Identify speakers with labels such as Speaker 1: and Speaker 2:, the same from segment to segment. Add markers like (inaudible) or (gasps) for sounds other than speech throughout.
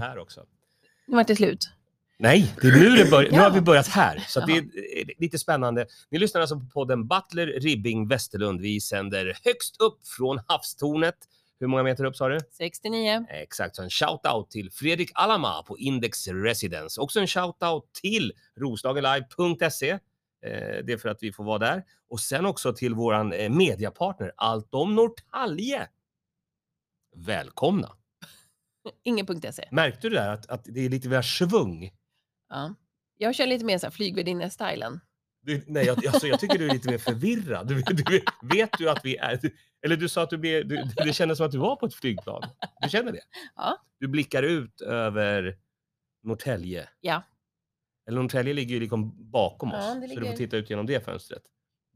Speaker 1: här också.
Speaker 2: Nu vart det slut.
Speaker 1: Nej, det är nu det börjar. Nu har
Speaker 2: Ja.
Speaker 1: vi börjat här. Så att det är eh, lite spännande. Ni lyssnar alltså på podden Butler Ribbing Västerlund. Vi sänder högst upp från havstornet. Hur många meter upp sa du?
Speaker 2: 69.
Speaker 1: Exakt, så en shout-out till Fredrik Alama på Index Residence. Också en shout-out till roslagenlive.se. Eh, Det är för att vi får vara där. Och sen också till våran eh, mediapartner Allt om Norrtälje. Välkomna!
Speaker 2: Ingen.se.
Speaker 1: Märkte du där att, att det är lite mer svung?
Speaker 2: Ja. Jag kör lite mer så här flygvärdinna-stylen.
Speaker 1: Du, nej, jag, alltså, jag tycker du är lite mer förvirrad. Du, du, vet du att vi är... Du, eller du sa att du blev... Du, det kändes som att du var på ett flygplan. Du känner det?
Speaker 2: Ja.
Speaker 1: Du blickar ut över Norrtälje.
Speaker 2: Ja.
Speaker 1: Eller Norrtälje ligger ju liksom bakom
Speaker 2: Ja,
Speaker 1: oss.
Speaker 2: det
Speaker 1: Så du får
Speaker 2: ligger-
Speaker 1: titta ut genom det fönstret.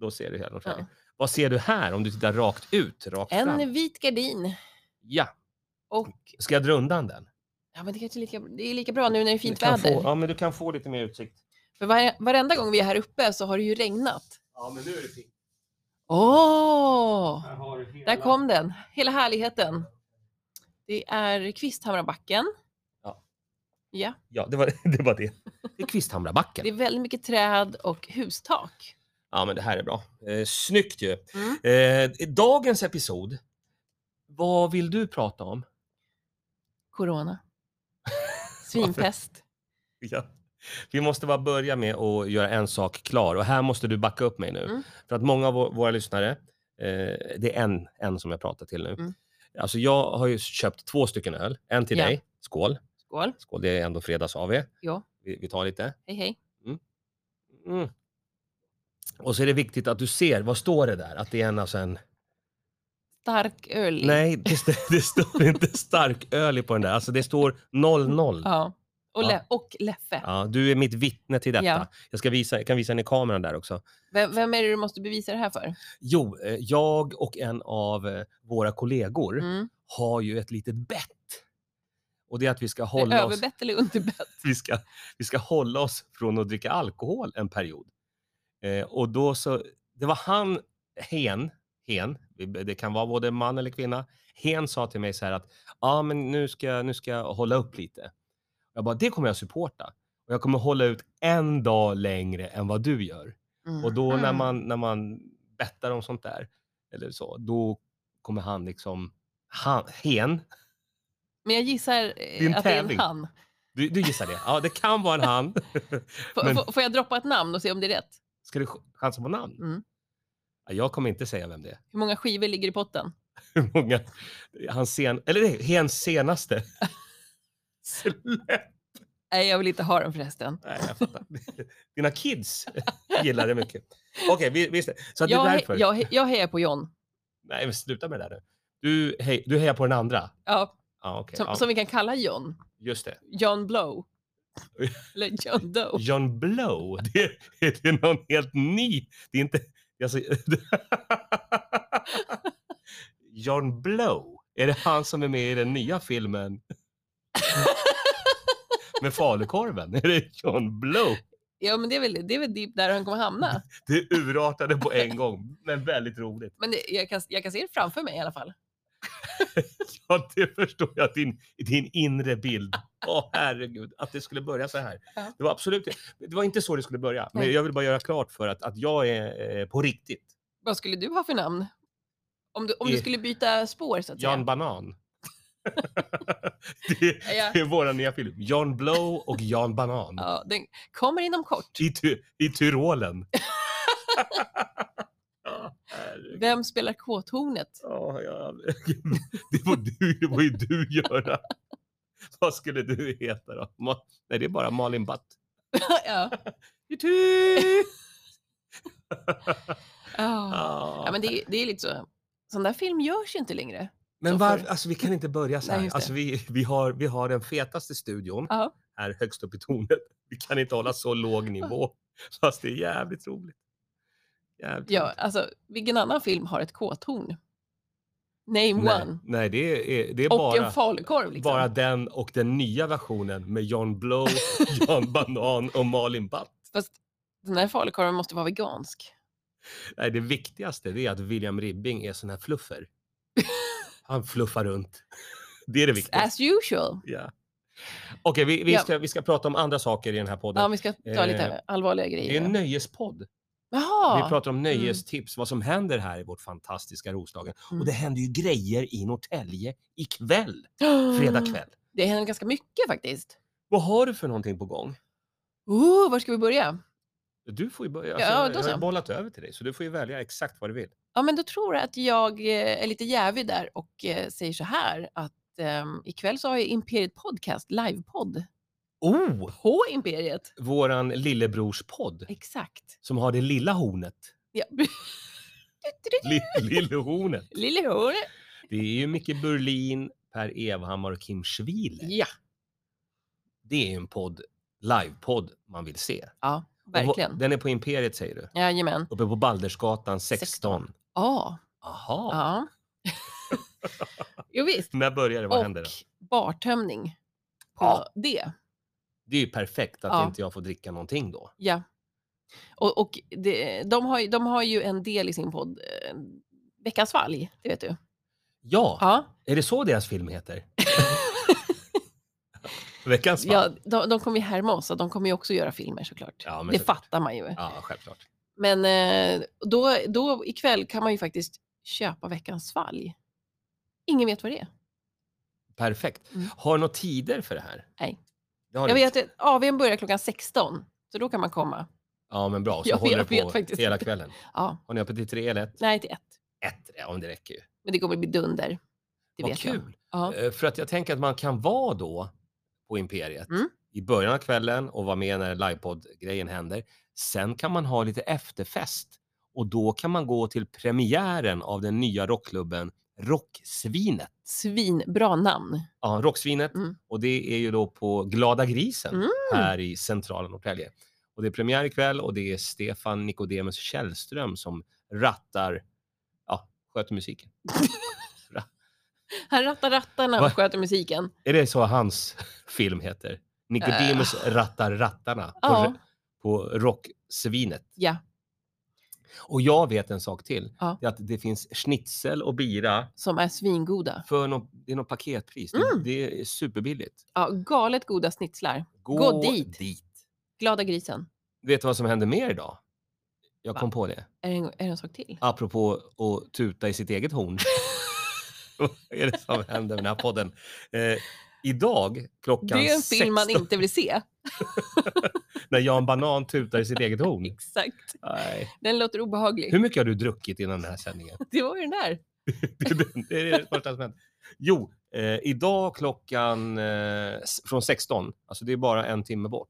Speaker 1: Då ser du hela Norrtälje.
Speaker 2: Ja.
Speaker 1: Vad ser du här om du tittar rakt ut? Rakt fram?
Speaker 2: En vit gardin
Speaker 1: Ja.
Speaker 2: och...
Speaker 1: Ska jag dra undan den?
Speaker 2: Ja, men det, kanske är lika, det är lika bra nu när det är
Speaker 1: Du
Speaker 2: fint
Speaker 1: kan
Speaker 2: väder.
Speaker 1: Få, ja, men du kan få lite mer utsikt.
Speaker 2: För var, varenda gång vi är här uppe så har det ju regnat.
Speaker 1: Ja, men nu är det fint.
Speaker 2: Åh!
Speaker 1: Här har du hela...
Speaker 2: Där kom den, hela härligheten. Det är Kvisthamrabacken.
Speaker 1: Ja.
Speaker 2: Ja,
Speaker 1: Ja, det var (laughs) det. Var det. det är Kvisthamrabacken.
Speaker 2: det är väldigt mycket träd och hustak.
Speaker 1: Ja, men det här är bra. Eh, snyggt ju.
Speaker 2: Mm.
Speaker 1: Eh, i dagens episod, vad vill du prata
Speaker 2: (laughs)
Speaker 1: om? (laughs)
Speaker 2: Corona. Svinpest.
Speaker 1: Ja. Vi måste bara börja med att göra en sak klar och här måste du backa upp mig nu.
Speaker 2: Mm.
Speaker 1: För att många av vå- våra lyssnare, eh, det är en, en som jag pratar till nu.
Speaker 2: Mm.
Speaker 1: Alltså jag har ju köpt två stycken öl, en till
Speaker 2: Ja.
Speaker 1: dig, skål.
Speaker 2: Skål.
Speaker 1: Skål, det är ändå fredags av
Speaker 2: Ja.
Speaker 1: Vi, vi tar lite.
Speaker 2: Hej hej.
Speaker 1: Mm. Och så är det viktigt att du ser, vad står det där? Att det är en, alltså en
Speaker 2: Stark öl.
Speaker 1: Nej, det, st- (laughs) det står inte stark öl på den där. Alltså det står 00.
Speaker 2: Ja. Och,
Speaker 1: Ja.
Speaker 2: le- och Leffe.
Speaker 1: Ja, du är mitt vittne till detta.
Speaker 2: Ja.
Speaker 1: Jag, ska visa, jag kan visa den i kameran där också.
Speaker 2: Vem, vem är det du måste bevisa det här för?
Speaker 1: Jo, eh, jag och en av eh, våra kollegor
Speaker 2: Mm.
Speaker 1: har ju ett litet bett. Och det är att vi ska
Speaker 2: Är det
Speaker 1: hålla oss,
Speaker 2: Överbett eller underbett?
Speaker 1: vi ska, vi ska hålla oss från att dricka alkohol en period. Eh, och då så, det var han, hen, hen, vi- det kan vara både man eller kvinna, hen sa till mig så här att ja, men nu ska, jag- nu ska jag hålla upp lite. Jag bara, det kommer jag supporta. Och jag kommer hålla ut en dag längre än vad du gör. Och då när
Speaker 2: Mhm.
Speaker 1: man, när man bettar om sånt där, eller så, då kommer han liksom, han, hen,
Speaker 2: Men jag gissar eh,
Speaker 1: Din
Speaker 2: att det är
Speaker 1: tävling.
Speaker 2: en han.
Speaker 1: du, du gissar det? Ja, det kan vara en han.
Speaker 2: Får,
Speaker 1: Men-
Speaker 2: får- får jag droppa ett namn och se om det är rätt?
Speaker 1: Ska du ch- chansa på namn?
Speaker 2: Mm.
Speaker 1: Ja, jag kommer inte säga vem det är. (laughs)
Speaker 2: Hur många skivor ligger i potten?
Speaker 1: Hur många, hans sen, eller nej, hens
Speaker 2: (laughs)
Speaker 1: senaste. Släpp!
Speaker 2: Nej, jag vill inte ha den förresten.
Speaker 1: Nej, jag fattar. Dina kids gillar det mycket. Okej, vi, visst. Så att det
Speaker 2: Jag,
Speaker 1: är
Speaker 2: he-
Speaker 1: därför.
Speaker 2: jag, he- jag hejar på John.
Speaker 1: Nej, men sluta med det där nu. Du, hej, du hejar på den andra?
Speaker 2: Ja,
Speaker 1: Ja, okej.
Speaker 2: som,
Speaker 1: ja,
Speaker 2: som vi kan kalla John.
Speaker 1: Just det. (laughs)
Speaker 2: John Blow. Eller John Doe.
Speaker 1: John Blow, (laughs) det är, det är någon helt ny. Det är inte... Alltså, (laughs) John Blow, är det han som är med i den nya
Speaker 2: (laughs)
Speaker 1: filmen? Med falukorven? Är det John Blow?
Speaker 2: Ja, men det är väl, det är väl deep där han kommer hamna.
Speaker 1: Det urartade på en gång, men väldigt roligt.
Speaker 2: Men det, jag, kan, jag kan se det framför mig i alla fall.
Speaker 1: Ja, det förstår jag. Din, din inre bild. Åh herregud, att det skulle börja så här.
Speaker 2: Ja.
Speaker 1: Det var absolut det var inte så det skulle börja. Men
Speaker 2: Nej.
Speaker 1: jag vill bara göra klart för att, att jag är eh, på riktigt.
Speaker 2: Vad skulle du ha för namn? Om du, om du
Speaker 1: Eh,
Speaker 2: skulle byta spår så att
Speaker 1: Jan
Speaker 2: säga. (laughs)
Speaker 1: Banan. det, är-
Speaker 2: Ja.
Speaker 1: det är våra nya film. Jan Blow och Jan Banan.
Speaker 2: Ja, den kommer inom kort.
Speaker 1: I, ty, I
Speaker 2: (laughs)
Speaker 1: Tyrolen. Ja, herregud.
Speaker 2: Vem spelar kåthornet?
Speaker 1: Ja, ja. (laughs) det, får du, det får ju du göra. Vad skulle du heta då? Ma, nej, det är bara Malin Batt.
Speaker 2: (laughs) ja.
Speaker 1: Tutu!
Speaker 2: Ah.
Speaker 1: Ah.
Speaker 2: ja, men det, det är lite så. Sån där film görs ju inte längre.
Speaker 1: Men
Speaker 2: Så
Speaker 1: var,
Speaker 2: för-
Speaker 1: alltså, vi kan inte börja så
Speaker 2: Nej,
Speaker 1: här.
Speaker 2: just det.
Speaker 1: alltså, vi, vi, har, vi har den fetaste studion
Speaker 2: Ja.
Speaker 1: här högst upp i tornet. Vi kan inte hålla så låg nivå. Fast det är jävligt roligt. Jävligt
Speaker 2: Ja,
Speaker 1: roligt.
Speaker 2: alltså vilken annan film har ett kåthorn? Name
Speaker 1: Nej,
Speaker 2: one.
Speaker 1: nej, det är, det är
Speaker 2: Och
Speaker 1: bara,
Speaker 2: en falukorv liksom.
Speaker 1: bara den och den nya versionen med John Blow,
Speaker 2: (laughs)
Speaker 1: Jan Banan och Malin Batt.
Speaker 2: Fast den här falukorven måste vara vegansk.
Speaker 1: Nej, det viktigaste det är att William Ribbing är sån här
Speaker 2: (laughs)
Speaker 1: fluffer. Han fluffar runt. Det är det viktigaste.
Speaker 2: As usual.
Speaker 1: Ja. Okej, vi, vi,
Speaker 2: Ja.
Speaker 1: ska, vi ska prata om andra saker i den här podden.
Speaker 2: Ja, om vi ska ta lite
Speaker 1: Eh,
Speaker 2: allvarliga
Speaker 1: det är
Speaker 2: grejer.
Speaker 1: en nöjespodd. Vi
Speaker 2: Jaha!
Speaker 1: pratar om nöjestips, vad som händer här i vårt fantastiska Roslagen.
Speaker 2: Mm.
Speaker 1: Och det händer ju grejer i Norrtälje ikväll, fredag kväll.
Speaker 2: Mm. (gasps) Det händer ganska mycket faktiskt.
Speaker 1: Vad har du för någonting på gång?
Speaker 2: Oh, var ska vi börja?
Speaker 1: Du får ju börja.
Speaker 2: Ja,
Speaker 1: jag-
Speaker 2: då
Speaker 1: jag har ju
Speaker 2: så.
Speaker 1: bollat över till dig, så du får ju välja exakt vad du vill.
Speaker 2: Ja, men då tror jag att jag eh, är lite jävig där och eh, säger så här att ehm, ikväll så har jag Imperiet Podcast, livepodd,
Speaker 1: Oh!
Speaker 2: på Imperiet.
Speaker 1: Våran lillebrorspodd
Speaker 2: Exakt.
Speaker 1: som har det lilla hornet.
Speaker 2: (laughs) Ja.
Speaker 1: Li-
Speaker 2: (laughs)
Speaker 1: Lillehornet.
Speaker 2: Lillehörn.
Speaker 1: Det är ju Micke Burlin, Per Evhammar och Kim Schwiler.
Speaker 2: Ja,
Speaker 1: Det är ju en podd, livepodd man vill se.
Speaker 2: ja,
Speaker 1: Och vad-
Speaker 2: verkligen.
Speaker 1: Den är på Imperiet säger du.
Speaker 2: Jajamän.
Speaker 1: Uppe på Baldersgatan 16.
Speaker 2: 16. Ja,
Speaker 1: Aha.
Speaker 2: ja.
Speaker 1: (laughs)
Speaker 2: Jo, visst.
Speaker 1: När börjar det? Vad händer?
Speaker 2: Och
Speaker 1: då?
Speaker 2: bartömning på
Speaker 1: Ja.
Speaker 2: det.
Speaker 1: Det är ju perfekt att
Speaker 2: Ja.
Speaker 1: inte jag får dricka någonting då.
Speaker 2: Ja. Och, och det, de, har, ju- de har ju en del i sin podd, eh, Veckans valg, det vet du.
Speaker 1: Ja,
Speaker 2: Ja,
Speaker 1: är det så deras film
Speaker 2: (laughs)
Speaker 1: heter? Veckans fall.
Speaker 2: ja de, de kommer ju härma oss och de kommer ju också göra filmer såklart.
Speaker 1: Ja, men
Speaker 2: det
Speaker 1: såklart.
Speaker 2: fattar man ju.
Speaker 1: Ja, självklart.
Speaker 2: Men eh, då, då ikväll kan man ju faktiskt köpa Veckans valg. Ingen vet vad det är.
Speaker 1: Perfekt.
Speaker 2: Mm.
Speaker 1: Har du några tider för det här?
Speaker 2: Nej.
Speaker 1: Det har
Speaker 2: Jag
Speaker 1: du
Speaker 2: vet
Speaker 1: inte.
Speaker 2: att AWn börjar klockan 16, så då kan man komma.
Speaker 1: Ja, men bra. Så
Speaker 2: Jag
Speaker 1: håller
Speaker 2: vet-
Speaker 1: det på
Speaker 2: vet faktiskt
Speaker 1: hela
Speaker 2: inte.
Speaker 1: kvällen.
Speaker 2: Ja,
Speaker 1: Har ni öppet till tre eller ett?
Speaker 2: nej till ett.
Speaker 1: Ett, ja, men det räcker ju.
Speaker 2: Men det kommer bli dunder. Det
Speaker 1: Vad
Speaker 2: vet jag.
Speaker 1: kul.
Speaker 2: Ja.
Speaker 1: Eh, För att jag tänker att man kan vara då på Imperiet
Speaker 2: Mm.
Speaker 1: i början av kvällen och vara med när livepodd-grejen händer. Sen kan man ha lite efterfest och då kan man gå till premiären av den nya rockklubben Rocksvinet.
Speaker 2: Svinbra namn.
Speaker 1: Ja, Rocksvinet
Speaker 2: Mm.
Speaker 1: och det är ju då på Glada grisen
Speaker 2: Mm.
Speaker 1: här i centrala Norrtälje. Och det är premiär ikväll och det är Stefan Nicodemus Källström som rattar, ja, sköter musiken.
Speaker 2: Han rattar rattarna
Speaker 1: Va?
Speaker 2: och sköter musiken.
Speaker 1: Är det så hans (laughs) film heter? Nicodemus rattar rattarna på,
Speaker 2: Eh. Ja.
Speaker 1: på rocksvinet.
Speaker 2: Ja.
Speaker 1: Och jag vet en sak till.
Speaker 2: Ja.
Speaker 1: Det är att det finns schnitzel och bira
Speaker 2: Som är svingoda.
Speaker 1: för nå- det är något paketpris.
Speaker 2: Mm.
Speaker 1: Det, det är superbilligt.
Speaker 2: Ja, galet goda snitslar.
Speaker 1: Gå,
Speaker 2: dit. Glada grisen.
Speaker 1: Vet du vad som händer mer idag? Jag
Speaker 2: Va?
Speaker 1: kom på det.
Speaker 2: Är det en, är det en sak till?
Speaker 1: Apropå att tuta i sitt eget
Speaker 2: (laughs)
Speaker 1: horn. vad är det som händer med den här podden? Eh, idag
Speaker 2: Det
Speaker 1: klockan
Speaker 2: är en film man
Speaker 1: 16
Speaker 2: inte vill se.
Speaker 1: när Jan Banan tutar i sitt eget horn.
Speaker 2: Exakt.
Speaker 1: Nej.
Speaker 2: Den låter
Speaker 1: (laughs)
Speaker 2: obehaglig.
Speaker 1: Hur mycket har du druckit innan den här sändningen?
Speaker 2: (laughs) Det var ju den där.
Speaker 1: (laughs) Det är det- det är det första som händer. Jo, eh, idag klockan eh, s- från 16, alltså det är bara en timme bort,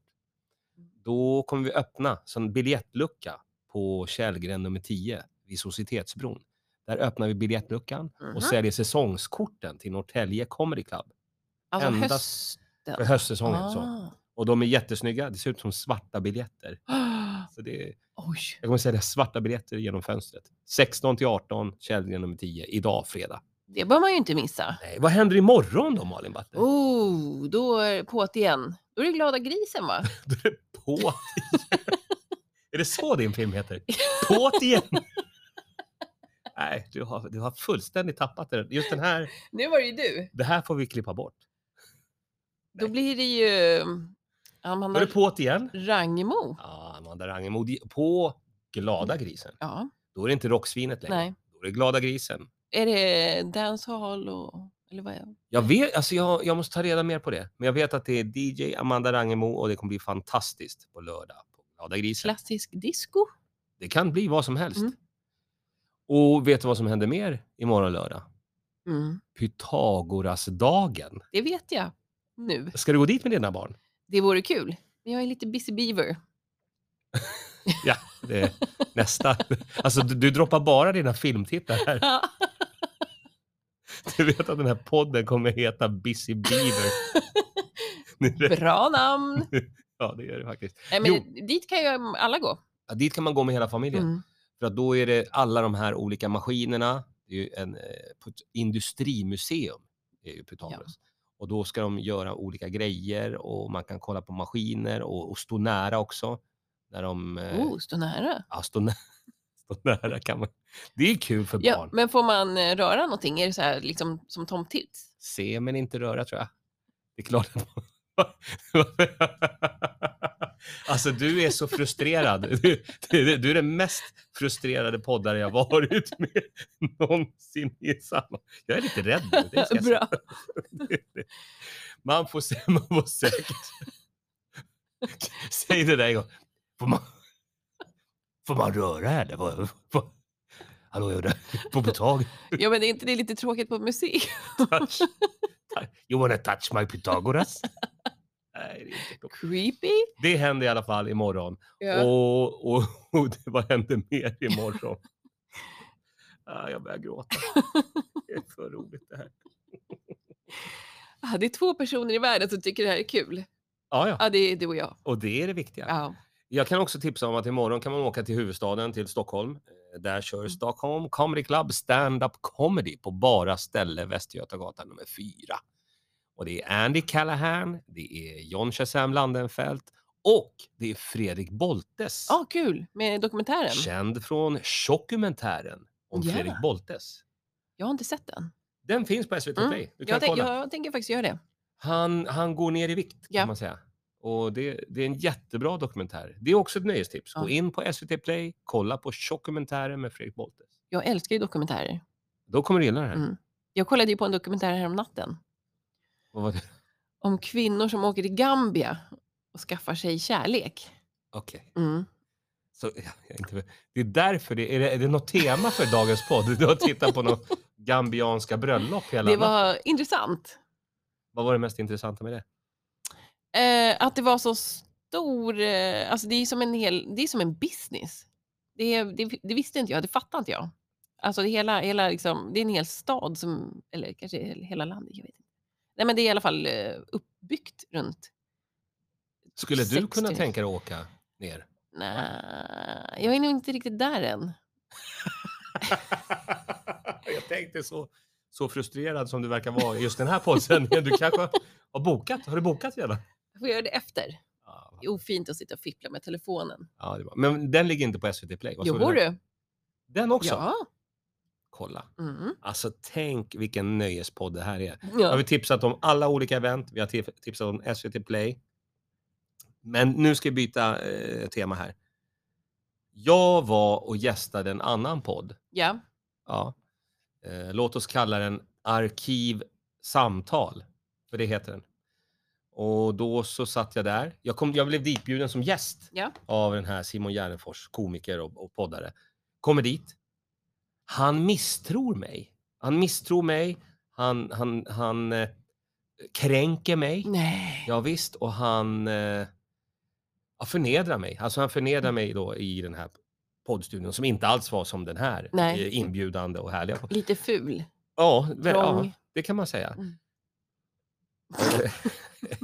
Speaker 1: då kommer vi öppna så en biljettlucka på Källgren nummer 10 vid Societetsbron. Där öppnar vi biljettluckan
Speaker 2: Mhm.
Speaker 1: och säljer säsongskorten till Norrtälje Comedy Club
Speaker 2: Alltså
Speaker 1: endast- för
Speaker 2: hösten.
Speaker 1: höstsäsongen. Så. Och de är jättesnygga, det ser ut som svarta biljetter.
Speaker 2: Ah. (gasps)
Speaker 1: Så det är,
Speaker 2: Oj.
Speaker 1: jag kommer sälja svarta biljetter genom fönstret. 16 till 18, Källgren nummer 10, idag fredag.
Speaker 2: Det bör man ju inte missa.
Speaker 1: Nej, vad händer imorgon då Malin Batte?
Speaker 2: Oh, då är det på't igen. Då är det glada grisen va?
Speaker 1: Då är det på igen. Är det så din film heter? På igen. Nej, du har, du har fullständigt tappat det. Just den här,
Speaker 2: (laughs) Nu var det ju du.
Speaker 1: det här får vi klippa bort.
Speaker 2: Då blir det ju mm,
Speaker 1: Då är
Speaker 2: Amanda
Speaker 1: det på igen.
Speaker 2: Rangemo.
Speaker 1: Ja, Amanda Rangemo på Glada grisen.
Speaker 2: Ja,
Speaker 1: Då är det inte Rocksvinet längre.
Speaker 2: Mm. nej.
Speaker 1: Då är det Glada grisen.
Speaker 2: Är det dancehall och... Eller vad är det?
Speaker 1: Jag vet, alltså jag, jag måste ta reda mer på det. Men jag vet att det är DJ Amanda Rangemo och det kommer bli fantastiskt på lördag på Glada grisen.
Speaker 2: Klassisk disco?
Speaker 1: Det kan bli vad som helst.
Speaker 2: Mm.
Speaker 1: Och vet du vad som händer mer imorgon lördag?
Speaker 2: Mm,
Speaker 1: Pythagorasdagen.
Speaker 2: det vet jag nu.
Speaker 1: Ska du gå dit med dina barn?
Speaker 2: Det vore kul. Men jag är lite busy (laughs) beaver.
Speaker 1: Ja, det är nästa. Alltså, du, du droppar bara dina filmtittar här. Du vet att den här podden kommer heta Busy Beaver. (laughs) Nu-
Speaker 2: Bra namn!
Speaker 1: ja, det gör det faktiskt.
Speaker 2: Nej, men dit kan ju alla gå.
Speaker 1: Ja, dit kan man gå med hela familjen.
Speaker 2: Mm.
Speaker 1: För att då är det alla de här olika maskinerna. Det är ju en, eh, på ett industrimuseum, det är ju Pythagoras. Och då ska de göra olika grejer och man kan kolla på maskiner och, och stå nära också. När de eh,
Speaker 2: Oh, stå nära.
Speaker 1: Ja, stå nära, (laughs) stå nära kan man. Det är kul för
Speaker 2: Ja,
Speaker 1: barn.
Speaker 2: men får man eh, röra någonting? Är det så här liksom som tomtids?
Speaker 1: Se men inte röra tror jag. Det är klart att (laughs) Alltså du är så frustrerad. Du, du, du är den mest frustrerade poddare jag varit med någonsin i samma. Jag är lite rädd nu. Det ska jag säga.
Speaker 2: (laughs) Bra.
Speaker 1: Man får, sä- man får säkert... Säg det där en gång. Får man, får man röra här? Vad- vad- Hallå, jag får på tag.
Speaker 2: Ja, men är inte det lite tråkigt
Speaker 1: (laughs)
Speaker 2: på museum?
Speaker 1: Touch. You wanna touch my Pythagoras? (laughs) Nej, det, är inte klokt.
Speaker 2: Creepy.
Speaker 1: det händer i alla fall imorgon.
Speaker 2: Ja.
Speaker 1: Och, och, och (laughs) det, vad händer mer (laughs) imorgon? ah, jag börjar (laughs) gråta. Det är för roligt det här.
Speaker 2: Ah, det är två personer i världen som tycker det här är kul.
Speaker 1: Ja, ja.
Speaker 2: Ja, det är du och jag.
Speaker 1: Och det är det viktiga.
Speaker 2: Ja.
Speaker 1: Jag kan också tipsa om att imorgon kan man åka till huvudstaden, till Stockholm. Eh, Där kör
Speaker 2: Mm.
Speaker 1: Stockholm Comedy Club stand-up comedy på bara ställe Västgötagatan nummer 4. Och det är Andy Callahan, det är John Shazam Landenfelt och det är Fredrik Boltes.
Speaker 2: Ah, kul med dokumentären.
Speaker 1: känd från dokumentären om
Speaker 2: Ja.
Speaker 1: Fredrik Boltes.
Speaker 2: Jag har inte sett den.
Speaker 1: Den finns på SVT
Speaker 2: Mm.
Speaker 1: Play. Du kan
Speaker 2: Jag, tänk,
Speaker 1: kolla.
Speaker 2: jag tänker faktiskt göra det.
Speaker 1: Han, han går ner i vikt
Speaker 2: Ja.
Speaker 1: kan man säga. Och det, det är en jättebra dokumentär. Det är också ett nöjestips. Gå
Speaker 2: Ja.
Speaker 1: in på SVT Play, kolla på dokumentären med Fredrik Boltes.
Speaker 2: Jag älskar ju dokumentärer.
Speaker 1: Då kommer du gilla den här.
Speaker 2: Mm. Jag kollade ju på en dokumentär här om natten
Speaker 1: Vad var det?
Speaker 2: om kvinnor som åker till Gambia och skaffar sig kärlek.
Speaker 1: Okej.
Speaker 2: Mm.
Speaker 1: Så, ja, jag är inte, det är därför det är, det, är det något tema för dagens podd? Du har tittat på några gambianska bröllop hela
Speaker 2: Det
Speaker 1: natten.
Speaker 2: var intressant.
Speaker 1: Vad var det mest intressanta med det?
Speaker 2: Eh, att det var så stor, eh, alltså det är som en hel, det är som en business. Det, det, det visste inte jag, det fattade inte jag. Alltså det, hela, hela liksom, det är en hel stad som, eller kanske hela landet, jag vet inte. Nej men det är i alla fall eh, uppbyggt runt.
Speaker 1: Skulle du kunna
Speaker 2: 60.
Speaker 1: tänka dig att åka ner?
Speaker 2: Nej, jag är nog inte riktigt där än.
Speaker 1: (laughs) jag tänkte så, så frustrerad som du verkar vara i just den här poddsändningen. Du kanske har bokat? Har du bokat redan?
Speaker 2: Jag får göra det efter.
Speaker 1: Ja,
Speaker 2: Det är ofint att sitta och fippla med telefonen.
Speaker 1: Ja, det var. Men den ligger inte på SVT Play? vad sa
Speaker 2: Jo
Speaker 1: du?
Speaker 2: du,
Speaker 1: Den också?
Speaker 2: ja.
Speaker 1: Kolla.
Speaker 2: Mm.
Speaker 1: Alltså tänk vilken nöjespodd det här är. Nu har
Speaker 2: ja.
Speaker 1: vi tipsat om alla olika event. Vi har tif- tipsat om SVT Play. Men nu ska vi byta eh, tema här. Jag var och gästade en annan podd.
Speaker 2: Ja,
Speaker 1: Ja. Eh, låt oss kalla den Arkivsamtal, för det heter den. Och då så satt jag där. Jag, kom, jag blev ditbjuden som gäst
Speaker 2: Ja.
Speaker 1: av den här Simon Gärdenfors, komiker och, och poddare. Kommer dit. Han misstror mig. Han misstror mig. Han, han, han eh, kränker mig.
Speaker 2: Mm. nej.
Speaker 1: Ja, visst, och han eh, ja, förnedrar mig. Alltså han
Speaker 2: Mm.
Speaker 1: förnedrar mig då i den här poddstudion som inte alls var som den här.
Speaker 2: Nej.
Speaker 1: eh, Inbjudande och härliga.
Speaker 2: (laughs) Lite ful,
Speaker 1: Ja, vä- ja
Speaker 2: trång.
Speaker 1: det kan man säga.
Speaker 2: Mm.
Speaker 1: (laughs)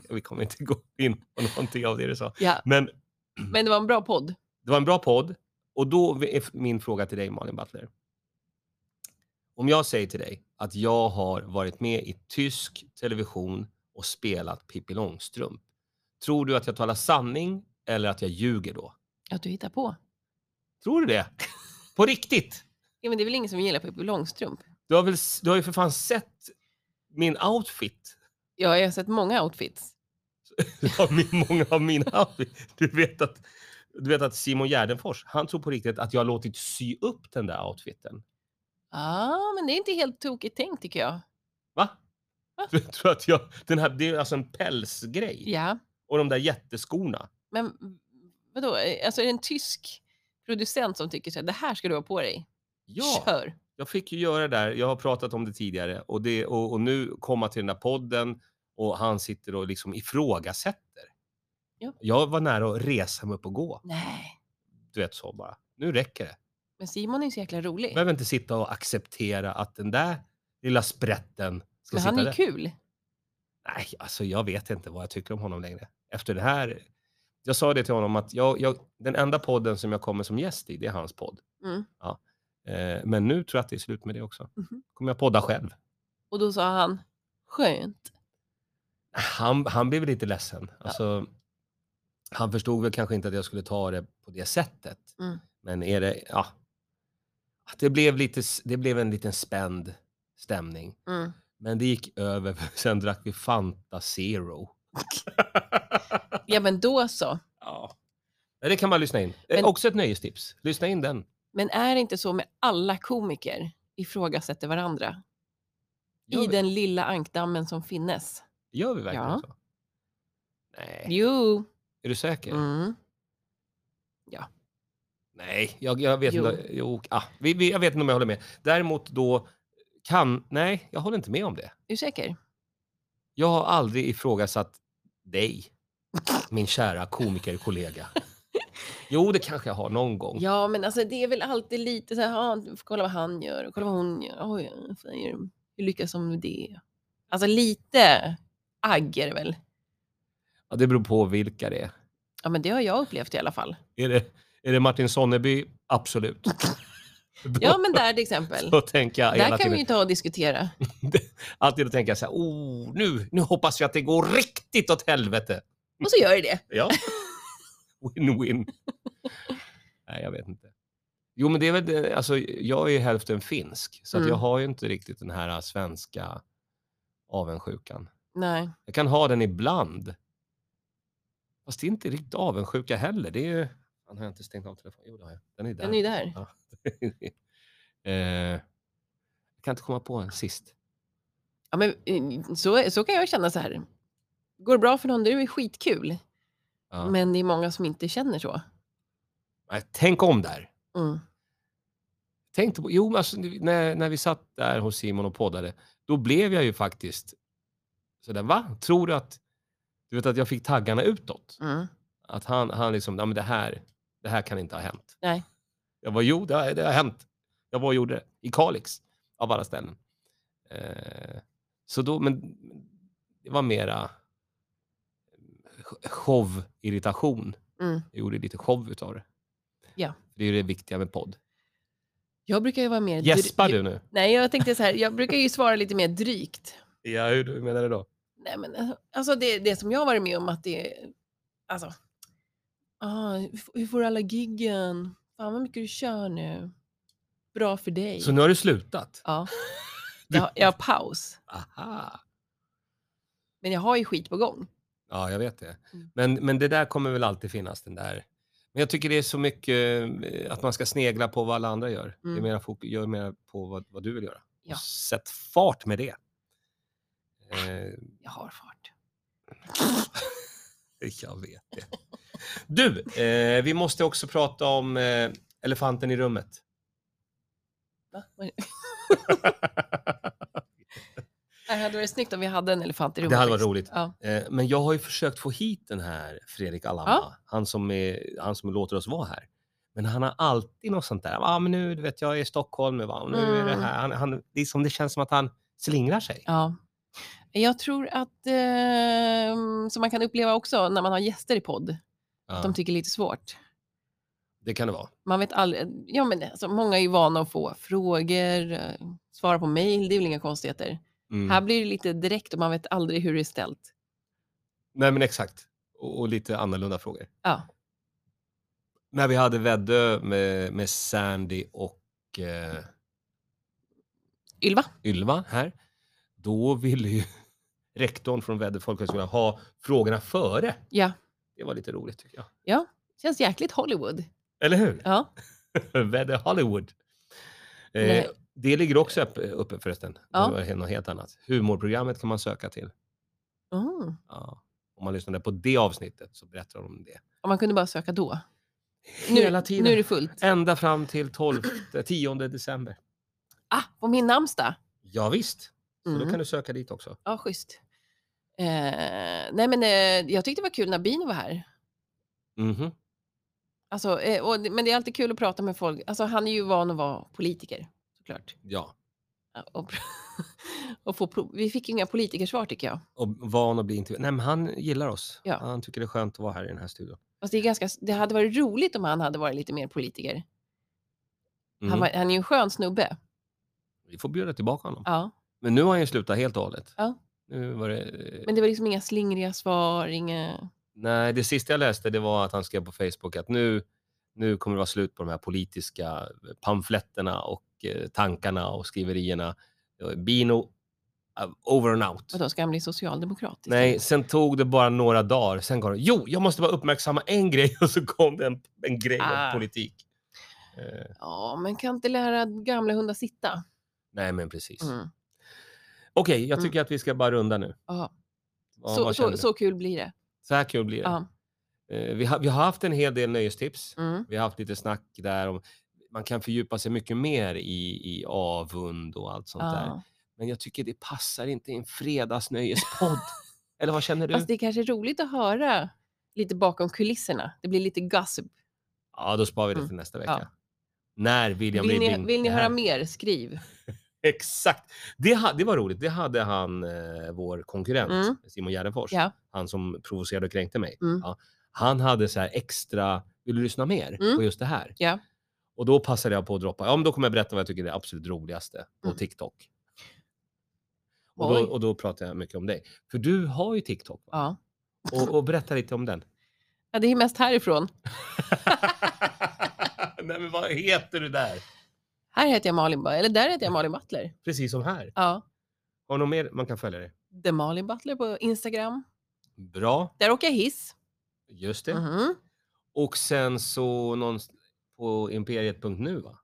Speaker 1: Vi kommer inte gå in på någonting av det du sa.
Speaker 2: Ja.
Speaker 1: Men Mm.
Speaker 2: Men det var en bra podd.
Speaker 1: det var en bra podd. Och då är min fråga till dig, Malin Butler. Om jag säger till dig att jag har varit med i tysk television och spelat Pippi Långstrump. Tror du att jag talar sanning eller att jag ljuger då?
Speaker 2: Att du hittar på.
Speaker 1: Tror du det? På riktigt?
Speaker 2: Ja, men det är väl ingen som gillar Pippi Långstrump?
Speaker 1: Du har, väl, s- du har ju för fan sett min outfit. (laughs)
Speaker 2: Ja, jag har sett många outfits.
Speaker 1: Ja, min, många av mina outfit. Du vet att, du vet att Simon Gärdenfors, han tror på riktigt att jag har låtit sy upp den där outfiten.
Speaker 2: Ja, Ah, men det är inte helt tokigt tänkt tycker jag.
Speaker 1: Va?
Speaker 2: Va?
Speaker 1: Du tror att jag... Den här, det är alltså en pälsgrej.
Speaker 2: Ja,
Speaker 1: Och de där jätteskorna.
Speaker 2: men v- vadå? Eh, Alltså är det en tysk producent som tycker så här, det här ska du ha på dig?
Speaker 1: Ja,
Speaker 2: Kör!
Speaker 1: jag fick ju göra det där. Jag har pratat om det tidigare. Och, det, och, och nu komma till den där podden och han sitter och liksom ifrågasätter.
Speaker 2: Ja.
Speaker 1: Jag var nära att resa mig upp och gå.
Speaker 2: Nej, du...
Speaker 1: Du vet så bara. Nu räcker det.
Speaker 2: men Simon är ju så jäkla rolig.
Speaker 1: Jag
Speaker 2: Men,
Speaker 1: behöver inte sitta och acceptera att den där lilla sprätten ska sitta
Speaker 2: han är
Speaker 1: där.
Speaker 2: ju kul.
Speaker 1: Nej, alltså jag vet inte vad jag tycker om honom längre. Efter det här. Jag sa det till honom att jag, jag, den enda podden som jag kommer som gäst i, det är hans podd.
Speaker 2: Mm.
Speaker 1: Ja. Eh, men nu tror jag att det är slut med det också.
Speaker 2: Mhm.
Speaker 1: Kommer jag podda själv?
Speaker 2: Och då sa han, skönt.
Speaker 1: Han, han blev lite ledsen. Alltså, Han förstod väl kanske inte att jag skulle ta det på det sättet.
Speaker 2: Mm.
Speaker 1: Men är det, ja. Att Det blev, lite, s- det blev en liten spänd stämning.
Speaker 2: Mm.
Speaker 1: Men det gick över, för sen drack vi Fanta Zero.
Speaker 2: Ja, men då så.
Speaker 1: ja. Det kan man lyssna in. Det är
Speaker 2: Men-
Speaker 1: Också ett nöjestips. Lyssna in den.
Speaker 2: Men är det inte så med alla komiker ifrågasätter varandra
Speaker 1: Gör
Speaker 2: i
Speaker 1: vi,
Speaker 2: den lilla ankdammen som finnes?
Speaker 1: gör vi verkligen
Speaker 2: Ja.
Speaker 1: så? Nej,
Speaker 2: Jo.
Speaker 1: är du säker?
Speaker 2: Mm.
Speaker 1: Nej, jag, jag vet
Speaker 2: Jo.
Speaker 1: inte. Jo, ah, vi, vi, jag vet inte om jag håller med. Däremot då kan... Nej, jag håller inte med om det.
Speaker 2: Är du säker?
Speaker 1: Jag har aldrig ifrågasatt
Speaker 2: (laughs)
Speaker 1: dig, min kära komikerkollega. Jo, det kanske jag har någon gång.
Speaker 2: Ja, men alltså det är väl alltid lite så här, "Ja, vi får kolla vad han gör och kolla vad hon gör. Oj, vad fan gör de? hur lyckas de med det? Alltså lite agg är det väl?
Speaker 1: Ja, det beror på vilka det är.
Speaker 2: Ja, men det har jag upplevt i alla fall.
Speaker 1: Är det, är det Martin Sonneby?
Speaker 2: (laughs)
Speaker 1: Absolut. Då,
Speaker 2: Ja, men där
Speaker 1: (laughs)
Speaker 2: till exempel.
Speaker 1: då tänker jag hela
Speaker 2: Där kan
Speaker 1: tiden,
Speaker 2: vi ju ta och diskutera.
Speaker 1: alltid då tänker jag så här, oh, nu, nu hoppas jag att det går riktigt åt helvete.
Speaker 2: Och så gör det det.
Speaker 1: (laughs) Ja. Win-win. Nej, jag vet inte. Jo, men det är väl det, alltså, jag är ju hälften finsk, så att
Speaker 2: Mm.
Speaker 1: jag har ju inte riktigt den här äh, svenska avundsjukan.
Speaker 2: Nej,
Speaker 1: Jag kan ha den ibland. Fast det är inte riktigt avundsjuka heller. Det är ju... Fan, har jag inte stängt av telefonen? Jo, det har jag. Den är där.
Speaker 2: den är ju där.
Speaker 1: (laughs) Eh, jag kan inte komma på en sist.
Speaker 2: Ja, men eh, så, så kan jag känna så här. Går det bra för någon, du är skitkul.
Speaker 1: Ja.
Speaker 2: Men det är många som inte känner så.
Speaker 1: Nej, tänk om där.
Speaker 2: Mm.
Speaker 1: Tänkte på, jo, men alltså, när, när vi satt där hos Simon och poddade, då blev jag ju faktiskt sådär, va? Tror du att, du vet att jag fick taggarna utåt?
Speaker 2: Mm.
Speaker 1: Att han, han liksom, nej men det här, det här kan inte ha hänt.
Speaker 2: Nej.
Speaker 1: Jag var jo, det har, det har hänt. Jag var och gjorde det, i Kalix, av alla ställen. Eh, så då, men det var mera show-irritation.
Speaker 2: Mm.
Speaker 1: Jag gjorde lite show utav det.
Speaker 2: Ja.
Speaker 1: Det är ju det viktiga med podd.
Speaker 2: Jag brukar ju vara mer... dry-
Speaker 1: Gäspar du nu?
Speaker 2: Nej, jag tänkte så här, jag brukar ju svara lite mer drygt.
Speaker 1: Ja, hur menar du då?
Speaker 2: Nej, men eh, alltså det, det som jag har varit med om att det är, alltså, ah, hur f- hur får du alla giggen? Fan vad mycket du kör nu. Bra för dig.
Speaker 1: Så nu har du slutat? (laughs)
Speaker 2: Ja, jag, har- jag har paus.
Speaker 1: Aha.
Speaker 2: Men jag har ju skit på gång.
Speaker 1: Ja, jag vet det.
Speaker 2: Mm.
Speaker 1: Men, men det där kommer väl alltid finnas, den där. Men jag tycker det är så mycket eh, att man ska snegla på vad alla andra gör. Det
Speaker 2: Mm.
Speaker 1: är mera fokus, gör mer på vad, vad du vill göra.
Speaker 2: Ja.
Speaker 1: Och sätt fart med
Speaker 2: (laughs)
Speaker 1: det. Eh,
Speaker 2: Jag har fart.
Speaker 1: jag vet det. Du, eh, vi måste också prata om eh, elefanten i rummet.
Speaker 2: Va? Vad (laughs) är det? Det hade varit snyggt om vi hade en elefant i rummet.
Speaker 1: (laughs) Det hade varit
Speaker 2: faktiskt.
Speaker 1: roligt.
Speaker 2: Ja.
Speaker 1: Eh, Men jag har ju försökt få hit den här Fredrik Alamba,
Speaker 2: Ja.
Speaker 1: han, som är, han som låter oss vara här. Men han har alltid något sånt där, ah, men nu du vet jag är i Stockholm, va? och nu är det
Speaker 2: Mm.
Speaker 1: här. Han, han, liksom, det känns som att han slingrar sig.
Speaker 2: ja. Jag tror att, eh, som man kan uppleva också när man har gäster i podd,
Speaker 1: Ja,
Speaker 2: att de tycker det är lite svårt.
Speaker 1: det kan det vara.
Speaker 2: man vet aldrig. Ja, men alltså, många är ju vana att få frågor, eh, svara på mejl, det är väl inga konstigheter.
Speaker 1: Mm.
Speaker 2: Här blir det lite direkt och man vet aldrig hur det är ställt.
Speaker 1: Nej men exakt, och, och lite annorlunda frågor.
Speaker 2: Ja.
Speaker 1: När vi hade Väddö med, med Sandy och eh,
Speaker 2: Ylva?
Speaker 1: Ylva här, då ville ju (laughs) rektorn från Väddö folkhögskola ha frågorna före.
Speaker 2: Ja,
Speaker 1: Det var lite roligt tycker jag.
Speaker 2: känns jäkligt Hollywood.
Speaker 1: Eller hur?
Speaker 2: Ja,
Speaker 1: Väder Hollywood. Eh,
Speaker 2: Nej.
Speaker 1: det ligger också upp- uppe förresten.
Speaker 2: Ja.
Speaker 1: Det var he- något helt annat. Humorprogrammet kan man söka till.
Speaker 2: mm.
Speaker 1: Ja. Om man lyssnade på det avsnittet så berättar de om det.
Speaker 2: och man kunde bara söka då. Nu,
Speaker 1: Hela tiden. Eh.
Speaker 2: nu är det fullt.
Speaker 1: Ända fram till 12, 10 december.
Speaker 2: Ah, på min namnsdag.
Speaker 1: Ja, visst. Så då
Speaker 2: Mm.
Speaker 1: kan du söka dit också.
Speaker 2: Ja, schysst. Eh, nej, men eh, jag tyckte det var kul när Bino var här.
Speaker 1: Mhm.
Speaker 2: Alltså, eh, och, det- men det är alltid kul att prata med folk. Alltså, han är ju van att vara politiker, såklart.
Speaker 1: Ja,
Speaker 2: Ja, eh, Och, (laughs) och få pro- Vi fick inga politikersvar tycker jag.
Speaker 1: och van att bli intervjuad. Nej, men han gillar oss.
Speaker 2: Ja.
Speaker 1: Han tycker det är skönt att vara här i den här studion.
Speaker 2: Fast det, är ganska, det hade varit roligt om han hade varit lite mer politiker.
Speaker 1: Mm.
Speaker 2: Han, var, han är ju en skön snubbe.
Speaker 1: Vi får bjuda tillbaka honom.
Speaker 2: Ja.
Speaker 1: Men nu har han ju slutat helt och hållet.
Speaker 2: Ja.
Speaker 1: Nu var det... eh,
Speaker 2: Men det var liksom inga slingriga svar, inga...
Speaker 1: Nej, det sista jag läste det var att han skrev på Facebook att nu, nu kommer det vara slut på de här politiska pamfletterna och eh, tankarna och skriverierna. Eh, Bino, eh, over and out.
Speaker 2: Vadå, ska han bli socialdemokrat? istället?
Speaker 1: Nej, sen tog det bara några dagar. Sen kom det, jo, jag måste bara uppmärksamma en grej (laughs) och så kom det en, en grej
Speaker 2: Ah.
Speaker 1: om politik. Eh,
Speaker 2: Ja, men kan inte lära gamla hundar sitta.
Speaker 1: nej, men precis.
Speaker 2: Mm.
Speaker 1: Okej, jag tycker att vi ska bara runda nu.
Speaker 2: Ja.
Speaker 1: Ja,
Speaker 2: så,
Speaker 1: vad
Speaker 2: så,
Speaker 1: känner du?
Speaker 2: så kul blir det.
Speaker 1: så här kul blir det.
Speaker 2: Ja.
Speaker 1: Eh, vi, har, vi har haft en hel del nöjestips.
Speaker 2: Mm.
Speaker 1: Vi har haft lite snack där om man kan fördjupa sig mycket mer i, i avund och allt sånt där.
Speaker 2: Ja.
Speaker 1: Men jag tycker det passar inte i en
Speaker 2: (laughs)
Speaker 1: fredagsnöjespodd. Eller vad känner du?
Speaker 2: Fast det är kanske är roligt att höra lite bakom kulisserna. Det blir lite gossip.
Speaker 1: Ja, då sparar vi det
Speaker 2: Mm.
Speaker 1: till nästa
Speaker 2: Ja.
Speaker 1: vecka. När William
Speaker 2: Vill ni,
Speaker 1: Ribbing
Speaker 2: vill ni
Speaker 1: är
Speaker 2: höra
Speaker 1: här.
Speaker 2: mer, skriv.
Speaker 1: Exakt. Det, ha, det var roligt. Det hade han, eh, vår konkurrent
Speaker 2: Mm.
Speaker 1: Simon Gärdenfors,
Speaker 2: Ja.
Speaker 1: han som provocerade och kränkte mig.
Speaker 2: Mm.
Speaker 1: Ja, han hade så här extra, vill du lyssna mer
Speaker 2: Mm.
Speaker 1: på just det här?
Speaker 2: Ja.
Speaker 1: Och då passade jag på att droppa, ja men då kommer jag berätta vad jag tycker är det absolut roligaste på
Speaker 2: Mm.
Speaker 1: TikTok. Och då,
Speaker 2: Oj.
Speaker 1: och då pratar jag mycket om dig. För du har ju TikTok. va?
Speaker 2: Ja.
Speaker 1: Och, och berätta lite om den.
Speaker 2: ja, det är mest härifrån.
Speaker 1: (laughs) Nej men vad heter du där?
Speaker 2: Här heter jag Malin, Ba- eller där heter jag Malin Butler.
Speaker 1: Precis som här.
Speaker 2: Mm. Ja.
Speaker 1: Har du något mer man kan följa dig?
Speaker 2: The Malin Butler på Instagram.
Speaker 1: Bra,
Speaker 2: Där åker jag hiss.
Speaker 1: just det.
Speaker 2: Mhm.
Speaker 1: Och sen så någon på imperiet.nu va?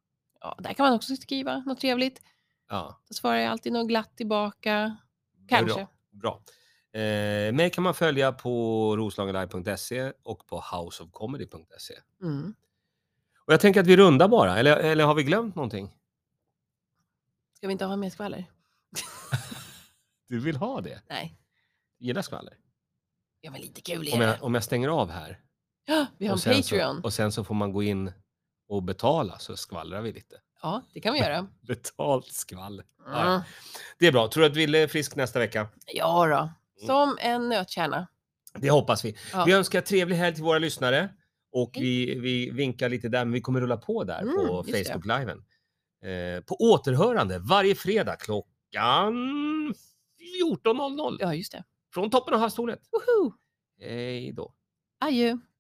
Speaker 2: Ja, där kan man också skriva något trevligt.
Speaker 1: Ja,
Speaker 2: Då svarar jag alltid något glatt tillbaka. Kanske.
Speaker 1: Bra. bra. Eh, mig kan man följa på roslagenlive.se och på houseofcomedy.se.
Speaker 2: Mm.
Speaker 1: Och jag tänker att vi rundar bara, eller, eller har vi glömt någonting?
Speaker 2: Ska vi inte ha mer skvaller?
Speaker 1: Du vill ha det?
Speaker 2: Nej.
Speaker 1: Gillar skvaller?
Speaker 2: Ja, men lite kul är
Speaker 1: Om
Speaker 2: det.
Speaker 1: jag, om jag stänger av här.
Speaker 2: Ja, (gasps) vi har en
Speaker 1: och, sen
Speaker 2: Patreon.
Speaker 1: Så, och sen så får man gå in och betala så skvallrar vi lite.
Speaker 2: Ja, det kan vi göra.
Speaker 1: Betalt skvaller. Ja, ja.
Speaker 2: Mm.
Speaker 1: Det är bra. Tror du att Wille är frisk nästa vecka?
Speaker 2: Ja då. Som en nötkärna.
Speaker 1: Det hoppas vi.
Speaker 2: Ja.
Speaker 1: Vi önskar trevlig helg till våra lyssnare. Och
Speaker 2: Hej.
Speaker 1: vi, vi vinkar lite där, men vi kommer rulla på där
Speaker 2: Mm,
Speaker 1: på
Speaker 2: just det.
Speaker 1: Facebook-liven. Eh, på återhörande varje fredag klockan 14.00
Speaker 2: Ja, just det.
Speaker 1: från toppen av havstornet.
Speaker 2: Woho!
Speaker 1: Hej då.
Speaker 2: Adjö!